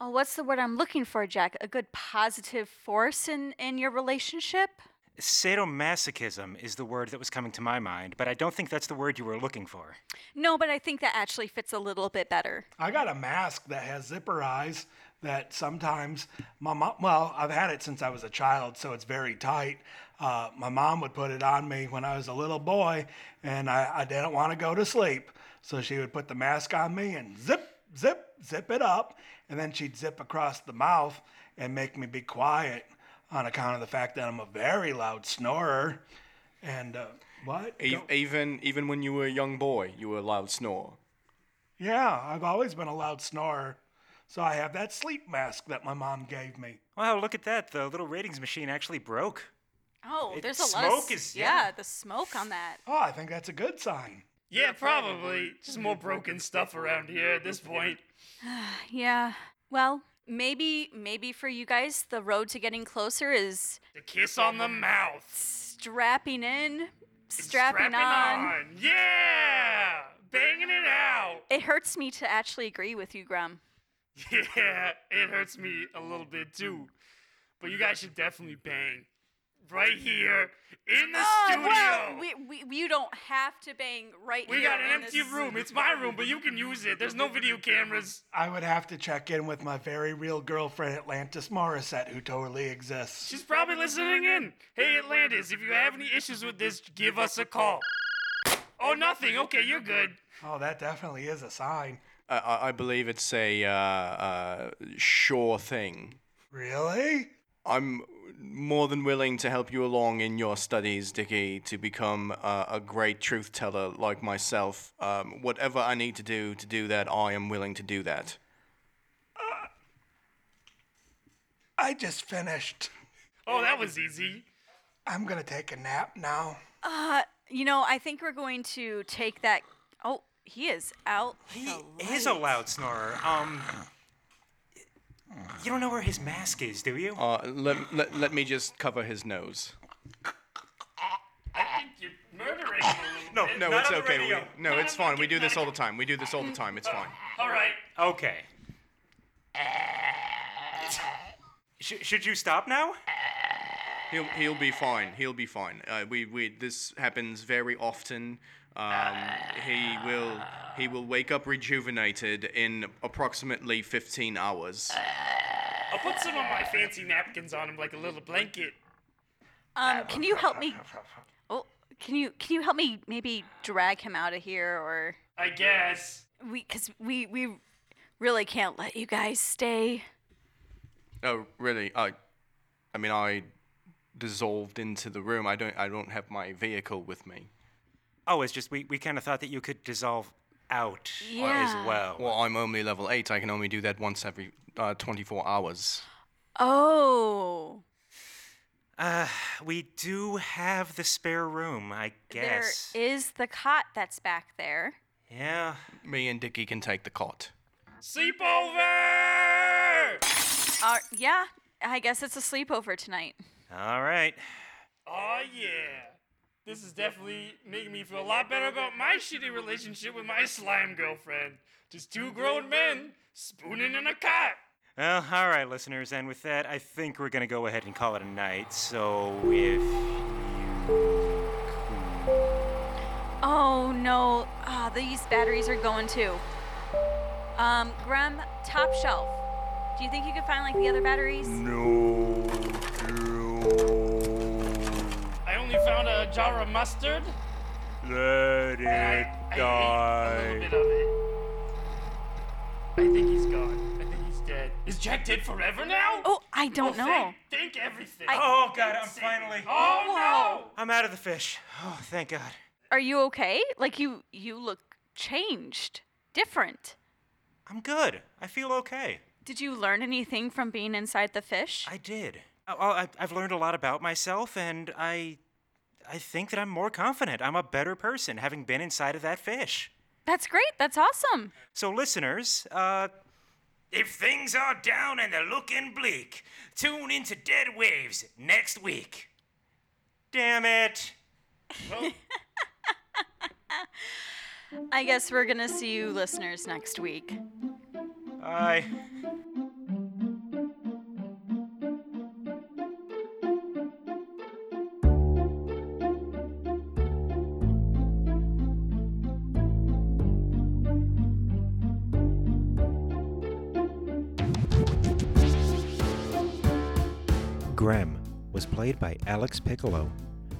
Speaker 2: Oh, what's the word I'm looking for, Jack? A good positive force in in your relationship.
Speaker 3: Sadomasochism is the word that was coming to my mind, but I don't think that's the word you were looking for.
Speaker 2: No, but I think that actually fits a little bit better.
Speaker 5: I got a mask that has zipper eyes that sometimes my mom, well, I've had it since I was a child, so it's very tight. Uh, my mom would put it on me when I was a little boy and I, I didn't want to go to sleep. So she would put the mask on me and zip, zip, zip it up. And then she'd zip across the mouth and make me be quiet on account of the fact that I'm a very loud snorer. And uh, what?
Speaker 6: E- even, even when you were a young boy, you were a loud snorer.
Speaker 5: Yeah, I've always been a loud snorer. So I have that sleep mask that my mom gave me.
Speaker 3: Wow, look at that. The little ratings machine actually broke.
Speaker 2: Oh,
Speaker 3: It-
Speaker 2: there's a lot of
Speaker 3: smoke
Speaker 2: s-
Speaker 3: is-
Speaker 2: yeah.
Speaker 3: yeah.
Speaker 2: the smoke on that.
Speaker 5: Oh, I think that's a good sign.
Speaker 4: Yeah, probably. Just more broken stuff around here at this point.
Speaker 2: Yeah. Well, maybe maybe for you guys the road to getting closer is
Speaker 4: The kiss on the mouth.
Speaker 2: strapping in, strapping,
Speaker 4: Strapping
Speaker 2: on.
Speaker 4: on. Yeah! Banging it out. <laughs>
Speaker 2: It hurts me to actually agree with you, Grum.
Speaker 4: Yeah, it hurts me a little bit too. But you guys should definitely bang. Right here in the
Speaker 2: Oh,
Speaker 4: studio.
Speaker 2: well, we, we, you don't have to bang right
Speaker 4: we
Speaker 2: here
Speaker 4: got an
Speaker 2: in
Speaker 4: empty
Speaker 2: this-
Speaker 4: room. It's my room, but you can use it. There's no video cameras.
Speaker 5: I would have to check in with my very real girlfriend, Atlantis Morissette, who totally exists.
Speaker 4: She's probably listening in. Hey, Atlantis, if you have any issues with this, give us a call. Oh, nothing. Okay, you're good.
Speaker 5: Oh, that definitely is a sign.
Speaker 6: I- I, I believe it's a uh, uh, sure thing.
Speaker 5: Really?
Speaker 6: I'm more than willing to help you along in your studies, Dickie, to become uh, a great truth teller like myself. Um, whatever I need to do to do that, I am willing to do that.
Speaker 5: I just finished.
Speaker 4: Oh, that was easy.
Speaker 5: I'm gonna take a nap now.
Speaker 2: You know, I think we're going to take that. Oh, he is out.
Speaker 3: He
Speaker 2: the
Speaker 3: is a
Speaker 2: light.
Speaker 3: loud snorer. Um, you don't know where his mask is, do you?
Speaker 6: Uh, let, let, let me just cover his nose.
Speaker 4: You're murdering him a little
Speaker 3: no,
Speaker 4: bit.
Speaker 6: No,
Speaker 3: not
Speaker 6: it's
Speaker 3: on the
Speaker 6: okay. We,
Speaker 3: radio.
Speaker 6: no, it's fine. We do this all the time. We do this all the time. It's fine.
Speaker 4: All right.
Speaker 3: Okay. <laughs> Sh- should you stop now?
Speaker 6: He'll he'll be fine. He'll be fine. Uh, we we this happens very often. Um, he will he will wake up rejuvenated in approximately 15 hours.
Speaker 4: I'll put some of my fancy napkins on him like a little blanket.
Speaker 2: Um, can you help me? Oh, can you can you help me maybe drag him out of here or
Speaker 4: I guess.
Speaker 2: we because we we really can't let you guys stay.
Speaker 6: Oh really? I I mean I dissolved into the room. I don't I don't have my vehicle with me.
Speaker 3: Oh, it's just we, we kind of thought that you could dissolve out uh,
Speaker 2: Yeah.
Speaker 3: as well.
Speaker 6: Well, I'm only level eight. I can only do that once every uh, 24 hours.
Speaker 2: Oh,
Speaker 3: Uh, we do have the spare room, I guess.
Speaker 2: there is the cot that's back there.
Speaker 3: yeah.
Speaker 6: Me and Dickie can take the cot.
Speaker 4: Sleepover!
Speaker 2: Uh, yeah, I guess it's a sleepover tonight.
Speaker 7: All right.
Speaker 4: Oh yeah. This is definitely making me feel a lot better about my shitty relationship with my slime girlfriend. Just two grown men spooning in a cot.
Speaker 7: Well, all right, listeners, and with that, I think we're gonna go ahead and call it a night. So if
Speaker 2: Oh no, ah, these batteries are going too. Um, Graham, top shelf. Do you think you could find like the other batteries?
Speaker 4: I only found a jar of mustard.
Speaker 7: let
Speaker 4: and
Speaker 7: it
Speaker 4: I, I ate a
Speaker 7: die,
Speaker 4: little bit of it. I think he's gone. I think he's dead. Is Jack dead forever now?
Speaker 2: Oh, I don't
Speaker 4: Oh,
Speaker 2: know.
Speaker 4: Thank, thank everything.
Speaker 2: I-
Speaker 7: Oh, God, I'm finally-
Speaker 4: Oh no!
Speaker 7: I'm out of the fish. Oh, thank God.
Speaker 2: Are you okay? Like you, you look changed, different.
Speaker 7: I'm good. I feel okay.
Speaker 2: Did you learn anything from being inside the fish?
Speaker 7: I did. I- I, I've learned a lot about myself, and I, I think that I'm more confident. I'm a better person having been inside of that fish.
Speaker 2: That's great. That's awesome.
Speaker 7: So, listeners, uh, if things are down and they're looking bleak, tune into Dead Waves next week. Damn it!
Speaker 2: I guess we're gonna see you listeners next week.
Speaker 7: Bye.
Speaker 3: Grem was played by Alex Piccolo.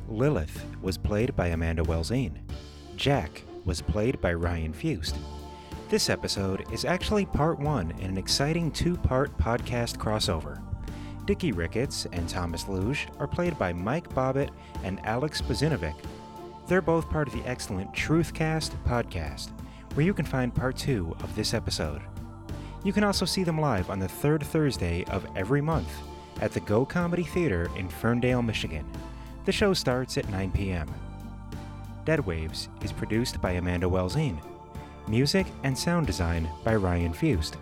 Speaker 3: Lilith was played by Amanda Welzine. Jack was played by Ryan Fust. This episode is actually part one in an exciting two part podcast crossover. Dickie Ricketts and Thomas Luge are played by Mike Bobbitt and Alex Bazinovic. They're both part of the excellent Truthcast podcast, where you can find part two of this episode. You can also see them live on the third Thursday of every month at the Go Comedy Theater in Ferndale, Michigan. The show starts at 9 p.m. Dead Waves is produced by Amanda Welzine. Music and sound design by Ryan Fust.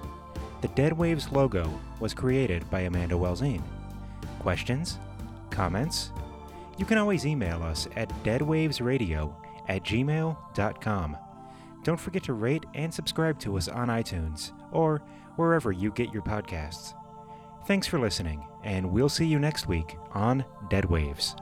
Speaker 3: The Dead Waves logo was created by Amanda Welzine. Questions? Comments? You can always email us at deadwavesradio at gmail.com. Don't forget to rate and subscribe to us on iTunes or wherever you get your podcasts. Thanks for listening, and we'll see you next week on Dead Waves.